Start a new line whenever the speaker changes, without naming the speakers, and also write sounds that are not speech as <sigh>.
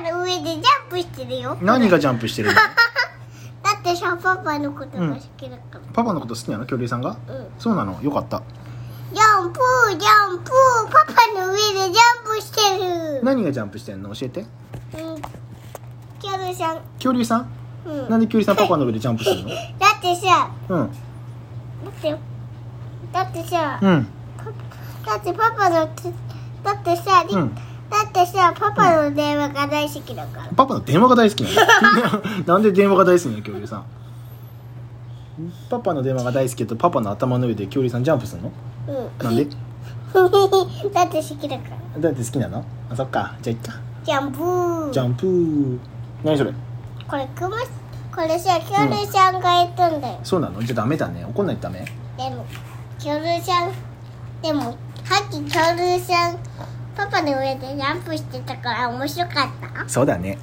の上でジャンプしてるよ
何がジ
ャン
ャンプしてるの
プだってさパパのことが好きだから
パパのこと好きなの恐竜さんが
うん、
そうなのよかった
ジャンプジャンプパパの上でジャンプしてる
何がジャンプしてんの教えて
うんキャルさん、
恐竜さん
うん、
なんで恐竜さんパパの上でジャンプするの
だってさ
う
だ
ん
ってだってさ、
うん
だってパパのつだってさ、り
うん
だってさパパの電話が大好きだから、
パパの電話が大好きなの <laughs> なんで電話が大好きなの恐竜さんパパの電話が大好きだとパパの頭の上で恐竜さんジャンプするの
うん
なんで
<laughs> だって好きだから
だって好きなのあそっかじゃあいっか
ジャンプ
ジャンプー何それ
これクマこれさ恐竜ちゃんが言ったんだよ、
そうなのじゃあダメだね怒んないとダメ
でも恐竜ちゃんでもさっき恐竜ちゃんパパの上でジャンプしてたから面白かった
そうだね